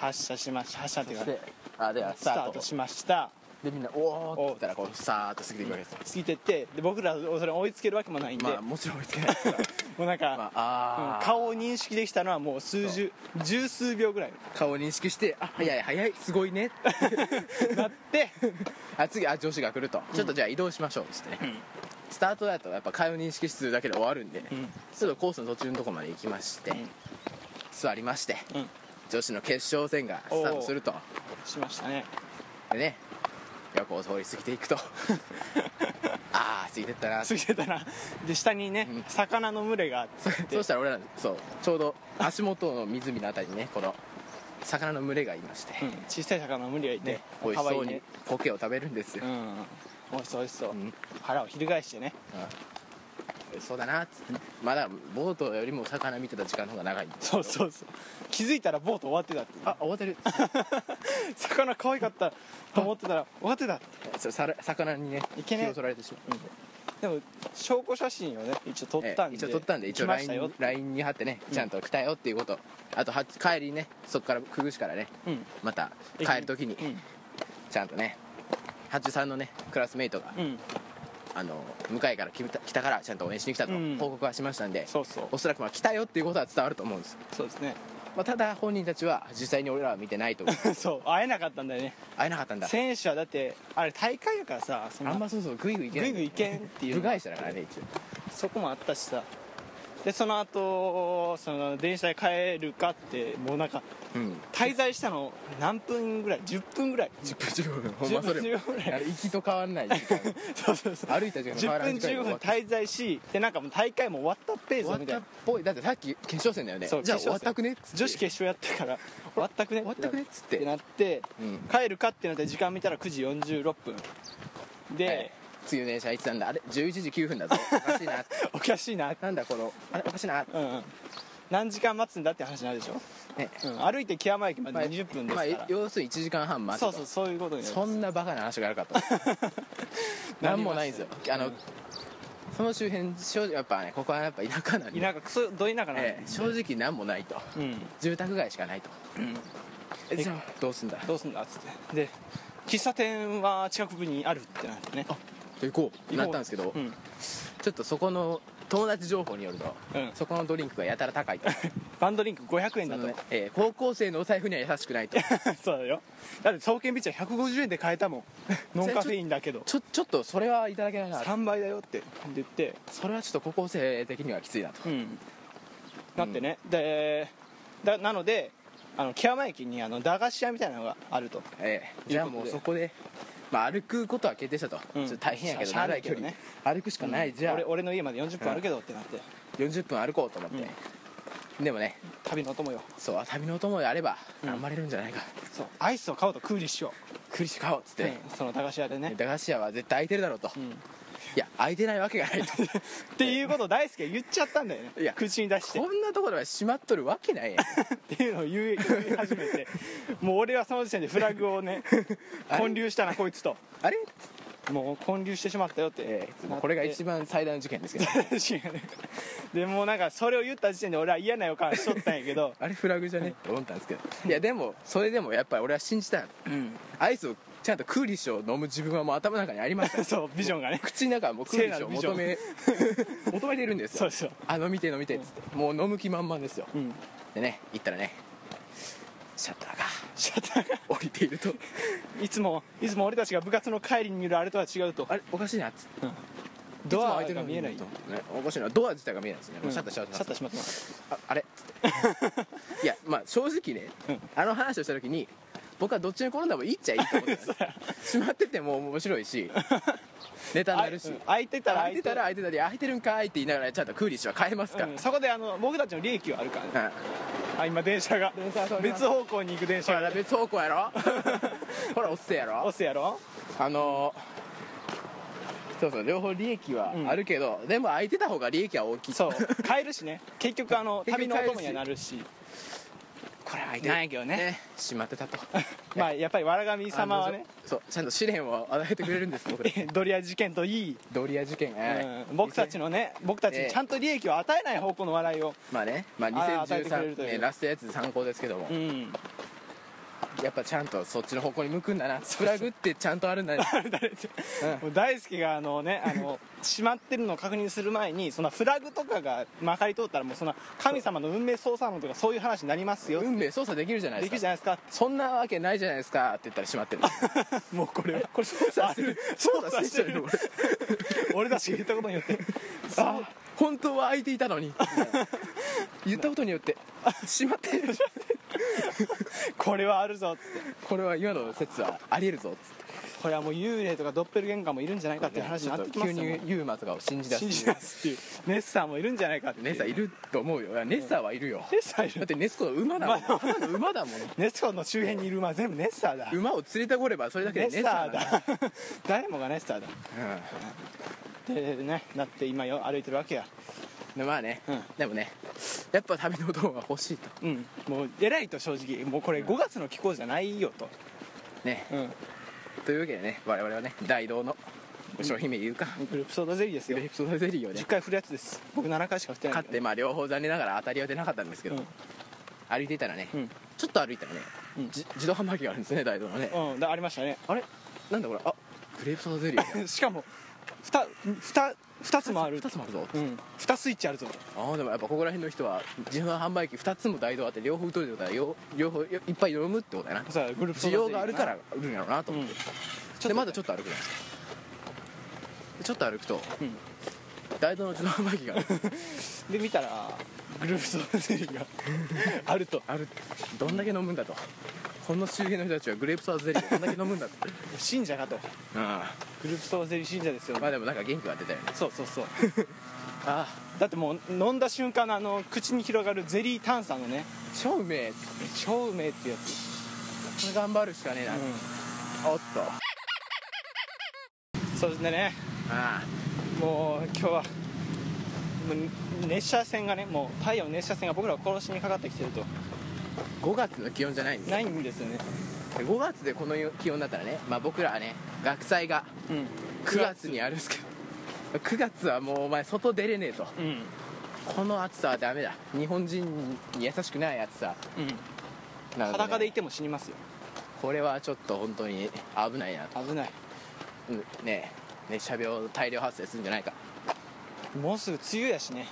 発射しました発射っていうかであでススタターートトしましたでみんな「おお」って言ったらこうさーっと過ぎていくわけですよ、過ぎてってで僕らそれ追いつけるわけ もないんで、まあもちろん追いつけないですから、もうなんか、まうんあ、あー、顔を認識できたのはもう数十十数秒ぐ らい顔を認識して「あ早い早いすごいね」なってあ次あ女子が来ると、ちょっとじゃあ移動しましょうっつってね、スタートだとやっぱ顔を認識するだけで終わるんで、ちょっとコースの途中のとこまで行きまして、座りまして、うん女子の決勝戦がスタートするとしましたねでね横を通り過ぎていくと ああ過ぎてったな過ぎてたらで下にね、うん魚の群れがあっそてそうしたら俺らそうちょうど足元の湖のあたりにねこの魚の群れがいまして、うん小さい魚の群れがいて、ね美味し可愛そいうにねコケを食べるんですよう、ん美味しそう美味しそう、ん腹を翻してね美味しそうだなっつってまだボートよりも魚見てた時間の方が長いんですそうそうそう気づいたらボート終わってたっていうあ終わってる魚可愛かったと思ってたら終わってた それさら魚にねいけねえ気を取られてしまうでも証拠写真をね一応撮ったんえでえ一応撮ったんで一応来ましたよ LINE に LINE に貼ってねちゃんと来たよっていうこと、あとは帰りにねそこからくぐしからね、うんまた帰る時にうんちゃんとね八さんのねクラスメイトが、うんあの向かいから来た来たからちゃんと応援しに来たとうん報告はしましたんで、そうそうおそらくまあ来たよっていうことは伝わると思うんです、そうですね まあ、ただ本人たちは実際に俺らは見てないと思うそう会えなかったんだよね会えなかったんだ選手はだってあれ大会やからさそんあんなまそうそうグイグイいけぐないいぐい行けんっていう部のが外者だからね一応そこもあったしさでその後その電車で帰るかってもうなんかうん滞在したの何分ぐらい10分ぐらい10分15分ほん10ま分それ15分ぐらあいれ行きと変わ んない時間そうそうそう歩いた時間変わ10らん分時間15分終滞在しでなんかもう大会も終わったペースわだっみたたいっなぽいだってさっき決勝戦だよねそうじゃあ決終わ勝戦ったくねっつって女子決勝やったから終わったくね終わったくねっつってってなって、うん帰るかってなって時間見たら9時46分で、はい次の電車行ってたんだあれ11時9分だぞおかしいな おかしいななんだこのあれおかしいなうんうん何時間待つんだって話になるでしょ、ねうん、歩いて木山駅まで20分ですまかあら、要するに1時間半待つそとうそうそういうことになりそますんなバカな話があるかと なんもないんですよあの、その周辺正直やっぱねここはやっぱ田舎なんで田舎クソど田舎なんで、ええ正直なんもないとうん住宅街しかないと、えじゃあどうすんだどうすんだっつってで喫茶店は近くにあるってなってね行こうってなったんですけど、うんちょっとそこの友達情報によると、うんそこのドリンクがやたら 高いとバンドリンク500円そだとのねええ高校生のお財布には優しくないと そうだよだって創建ビーチは150円で買えた もんノンカフェインだけどちょちょっとそれはいただけないな3倍だよって言ってそれはちょっと高校生的にはきついなとうんなってね、でだなのであの木山駅にあの駄菓子屋みたいなのがあるとええじゃあもうそこで、まあ、歩くことは決定したと、うんちょっと大変やけどしゃあ長ないいけ距ど離、ね歩くしかない、じゃ俺あ俺の家まで40分あるけどってなって、 40分歩こうと思って、でもね旅のお供よそう旅のお供であれば頑張れるんじゃないか、そうアイスを買おうとクーリッシュを、クリシュ買おうっつって、うんその駄菓子屋でね駄菓子屋は絶対空いてるだろうと、んいや空いてないわけが ないとっていうことを大輔が言っちゃったんだよねいや口に出してこんなところは閉まっとるわ けないやんっていうのを言い言い始めてもう俺はその時点でフラグを ね混流したなこいつとあれ、もう混流してしまったよって、ええこれが一番最大の事件ですけ ど確かにでもうなんかそれを言った時点で俺は嫌な予感しとったんやけ どあれフラグじゃねって思ったんですけどいやでもそれでもやっぱり俺は信じたい、アイスをちゃんとクーリッシュを飲む自分はもう頭の中にありましたそうビジョンがね口の中はもうクーリッシュを求め求めてるんですそようそうあ飲みて飲みてっつってもう飲む気満々ですよ、んでね行ったらねシャッターがシャッターが降りているといつもいつも俺たちが部活の帰りに見るあれとは違うとあれおかしいなっつってドアいつも開いてるがのに見えないと、ねおかしいなドア自体が見えないですね、もううんシャッターシャッターシャッター閉まってますああれっつっていやまあ正直ね、あの話をした時に僕はどっちに転んでもいいっちゃいいと思ってた閉まってても面白いしネタになるし、あうん開いてたら空いてたら空いてたで空いてるんかいって言いながらちゃんとクーリッシュは変えますから、うんそこであの僕たちの利益はあるからねうんあ今電車が車通ります別方向に行く電車ほがら別方向 やろほらおっせえや押ろすやろあのーそうそう両方利益はあるけど、でも空いてた方が利益は大きいそう買えるしね結局あ の結旅局の買えおるし供にはなるしこれ空いてるないけどねね閉まってたとまあやっぱりわらがみ 様はねあのそうちゃんと試練を与えてくれるんです 僕らドリア事件といい、ドリア事件、はいうん僕たちのね僕たちにちゃんと利益を与えない方向の笑いを、まあね、まあ、あー与えてくれる2013という年ラストやつ参考ですけども、 うんやっぱちゃんとそっちの方向に向くんだなフラグってちゃんとあるん だなもう大輔があのねあの閉まってるのを確認する前にそんなフラグとかがまかり通ったらもうそんな神様の運命操作論とかそういう話になりますよ、運命操作できるじゃないでできるすじゃかないですかそんなわけないじゃないですかって言ったら閉ま ってるもうこれはこれ操作してる操作してるの俺俺たちが言ったことによっ てあ本当は空いていた のに言ったことによって閉まってるこれはあるぞっつってこれは今の説はありえるぞっつってこれはもう幽霊とかドッペルゲンガーもいるんじゃないかっていう話になってきますよ、急にユーマとかを信じ出信じ す出すっていうネッサーもいるんじゃないかっていうネッサいると思うよいやネッサはいるよネッサーいだっるてネスコの馬だもん馬ただの馬だもんネスコの周辺にいる馬は全部ネッサーだ馬を連れてこればそれだけでネッサーなんだだ 誰もがネッサーだでねだって今よ歩いてるわけやうんまあねうんでもねやっぱ旅の道具が欲しいとうんもう偉いと正直もうこれ5月の気候じゃないよとねうんというわけでね我々はね大道の商品名言うかグループソーダゼリーですグよレープソーダゼリーをね10回振るやつです僕7回しか振ってない買ってまあ両方残念ながら当たりは出なかったんですけどうん歩いていたらねんちょっと歩いたらねうんじ自動販売機があるんですね大道のねうんだありましたねあれなんだこれあグレープソーダゼリ ーしかも 2, 2, 2つもある2つもあるぞうん、2スイッチあるぞああでもやっぱここら辺の人は自動販売機2つも大道あって両方取れてたらよ両方いっぱい飲むってことやなさあグループソ需ーダゼリー要があるから売るんやろうなと思って、うんでまだちょっと歩くじゃないですかでちょっと歩くと、大道の自動販売機があるで見たらグループソーダゼリ ーがあるとあるどんだけ飲むんだとこの周辺の人たちはグレープソーダゼリーをどんだけ飲む んだと信者かとうんまグループソーダゼリー信者ですよあでもなんか元気が出たよねそうそう そうあだってもう飲んだ瞬間のあの口に広がるゼリー炭酸のねあ超うめえこ超うめえってやつ、れ頑張るしかねえな、おっとあそれでねあもう今日はもう熱射線がねもう太陽の熱射線が僕らを殺しにかかってきてると5月の気温じゃないんですよないんですよね5月でこの気温だったらね、まあ、僕らはね学祭がうん9月にあるんですけど9月はもうお前外出れねえとうんこの暑さはダメだ日本人に優しくない暑さうんなのでね、裸でいても死にますよこれはちょっと本当に危ないなと危ないうんねえ熱射病大量発生するんじゃないかもうすぐ梅雨やしね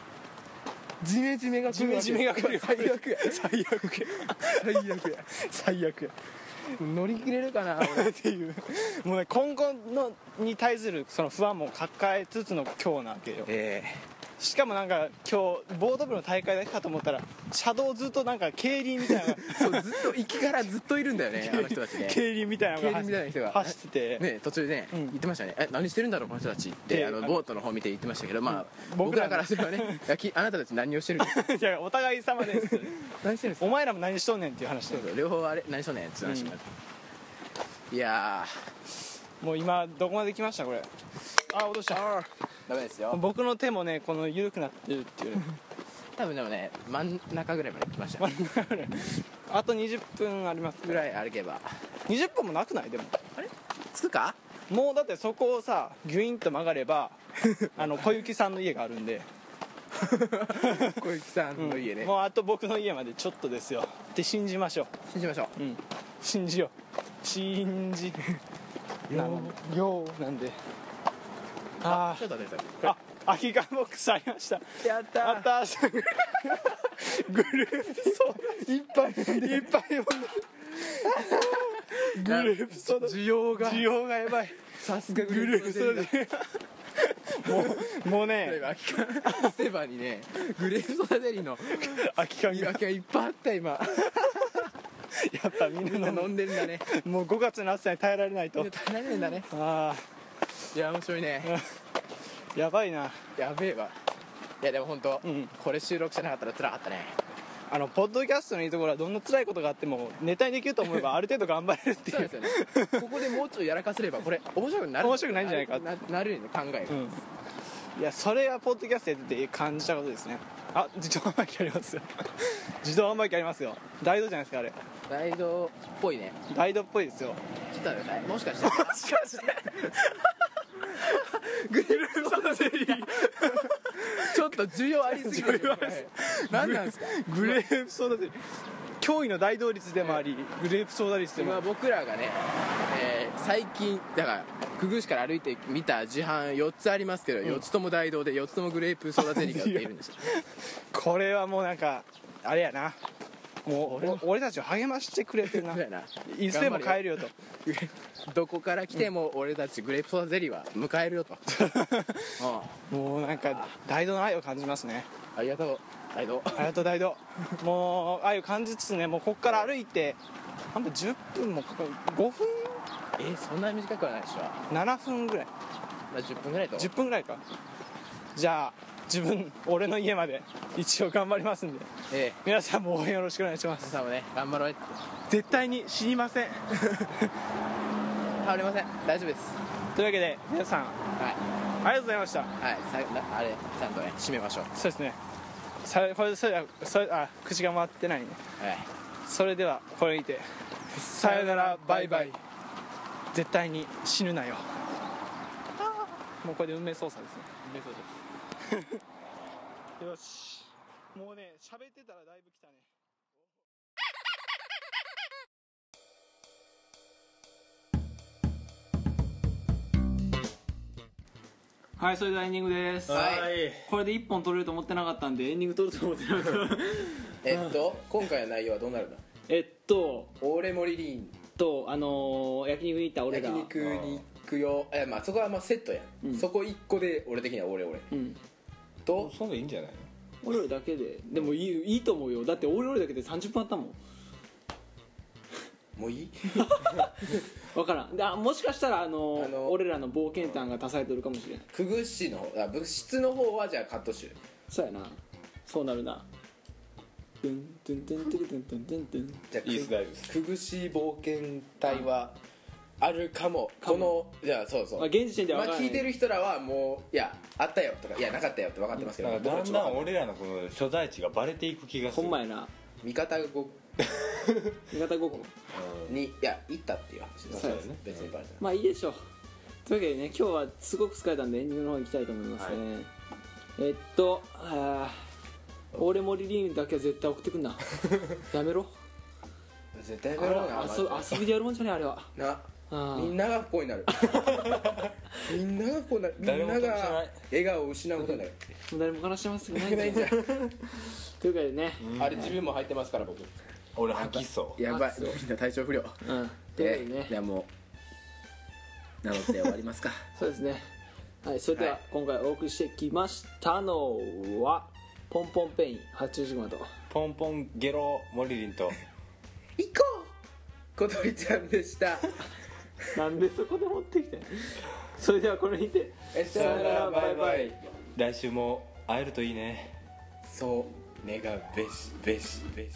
ジメジメがジメジメが来るよ最悪や最悪や最悪や最悪や 乗り切れるかな俺っていうもうね今後のに対するその不安も抱えつつの今日なわけよえしかもなんか今日ボード部の大会だけかと思ったら車道ずっとなんか競輪みたいなえそうずっと行きからずっといるんだよねあの人たち ね競輪みたいなのが競輪みたいな人が走ってて、ね途中でね、うん言ってましたよねえ何してるんだろうこの人たちってであのあのボートの方見て言ってましたけどまあ、僕僕ららからすれば ねいやきあなたたち何をしてるんです かいやお互い様です 何してるんですお前らも何しとんねんっていう話でか両方あれ何しとんねんって話になって、いやもう今どこまで来ましたこれあ落としたーダメですよ僕の手もねこの緩くなってるっていうね多分でもね真ん中ぐらいまで来ましたよ あと20分ありますぐらい歩けば20分もなくないでも着くかもうだってそこをさギュインと曲がれば あの小雪さんの家があるん で、小雪さんの家ね、もうあと僕の家までちょっとですよって信じましょ信じましょうううん信じよう信じなのでようなんであちょっと待ってくださああ空き缶ボックスありましたいやったあったーグループソいっぱいーダいっぱい飲んだグループソーダ需要が需要がやばいさすがグループソーダもうもうね今 ステバにねグレープソーダゼリーの空き缶言いが訳がいっぱいあった今やっぱみみんんなな 飲飲んんでるんだねでもう5月の暑さに耐えられないみんとな耐えられるんだねあいや面白いねあやばいなやべえわいやでも本当、うんこれ収録してなかったら辛かったねあのポッドキャストのいいところはどんな辛いことがあってもネタにできると思えばある程度頑張れるっていそうでうすよね ここでもうちょいやらかせればこれ面白くなる面白くないんじゃないかななるよね考えうが、んいやそれはポッドキャストやってて感じたことですねあ自動販売機ありますよ 自動販売機ありますよ大道じゃないですかあれライドっぽいね大道っぽいですよちょっと待ってくださいもしか してもしかしてグリルソーダゼリーちょっと需要ありすぎる何なんですかグレープソーダで驚異の大道率でもあり、グレープソーダ率でもあ今り僕らがね、えー最近だから久々市から歩いてみた自販4つありますけど、四4つとも大道で4つともグレープソーダゼリーが売っているんですよこれはもうなんかあれやなもうお俺たちを励ましてくれてるなそうやないつでも帰るよと どこから来ても俺たちグレープソーダゼリーは迎えるよと、うんもうなんか大道の愛を感じますねありがとう大道ありがとう大道もう愛を感じつつねもうこっから歩いてなん分10分もかかる5分えーそんなに短くはないでしょ、ま7分ぐらいあ、10分ぐらいと10分ぐらいかじゃあ自分俺の家まで一応頑張りますんでええ皆さんも応援よろしくお願いしま皆すさんもね頑張ろうね絶対に死にません 倒れません大丈夫ですというわけで皆さんはいありがとうございましたはいさなあれちゃんとね締めましょうそうですねさこれそれではそれあ口が回ってないねはいそれではこれにてさよならバイバイ絶対に死ぬなよもうこれで運命操作ですね運命操作 よしもうね喋ってたらだいぶ来たねはいそれではエンディングです、はいこれで1本取れると思ってなかったんでエンディング取ると思ってなかったえっと今回の内容はどうなるのえっと俺森リンとあのー焼肉に行った俺ら焼肉に行くよえまあそこはまあセットやん、うんそこ1個で俺的には俺俺うんとそんでいいんじゃないの俺らだけででもいいいいと思うよだって俺らだけで30分あったもんもういい 分からんであもしかしたらあのーあのー俺らの冒険譚が足されてるかもしれんくぐっしーの方あ物質の方はじゃあカット集そうやなそうなるなトゥントゥントゥントゥントゥントゥントゥンじゃあいいです大丈夫ですくぐっしー冒険隊はあるかもこのじゃあそうそうまあ、現時点ではま分かあらない、聞いてる人らはもういやあったよとかいやなかったよって分かってますけどなんかだん僕らだちょっんと俺らのこの所在地がバレていく気がすほるんまやな味方がこ味方5個うにいや行ったっていう話ですそうですね別にバレてないまあいいでしょうというわけでね今日はすごく疲れたんでエンディングの方に行きたいと思いますね、えっとあー俺もリリーンだけは絶対送ってくん なやめろ絶対あやれめろなは遊び遊びでやるもんじゃねえあれはなあみんなが不幸になるみんなが不幸になるみ誰んもな得がしない笑顔を失うことになる誰も悲しませてくれな ないいんんだじよゃんというわけでねあれ自分も入ってますから僕俺吐きそうやばいあそうみんな体調不良 うんというわえけでーねじゃあもうなので終わりますかそうですねはいそれでははい今回お送りしてきましたのはポンポンペイン八十マ とポンポンゲロモリリンと 行こう 小鳥ちゃんでしたなんでそこで持ってきたんそれではこれにてえさよならバイバイ来週も会えるといいねそう願うべしべしべし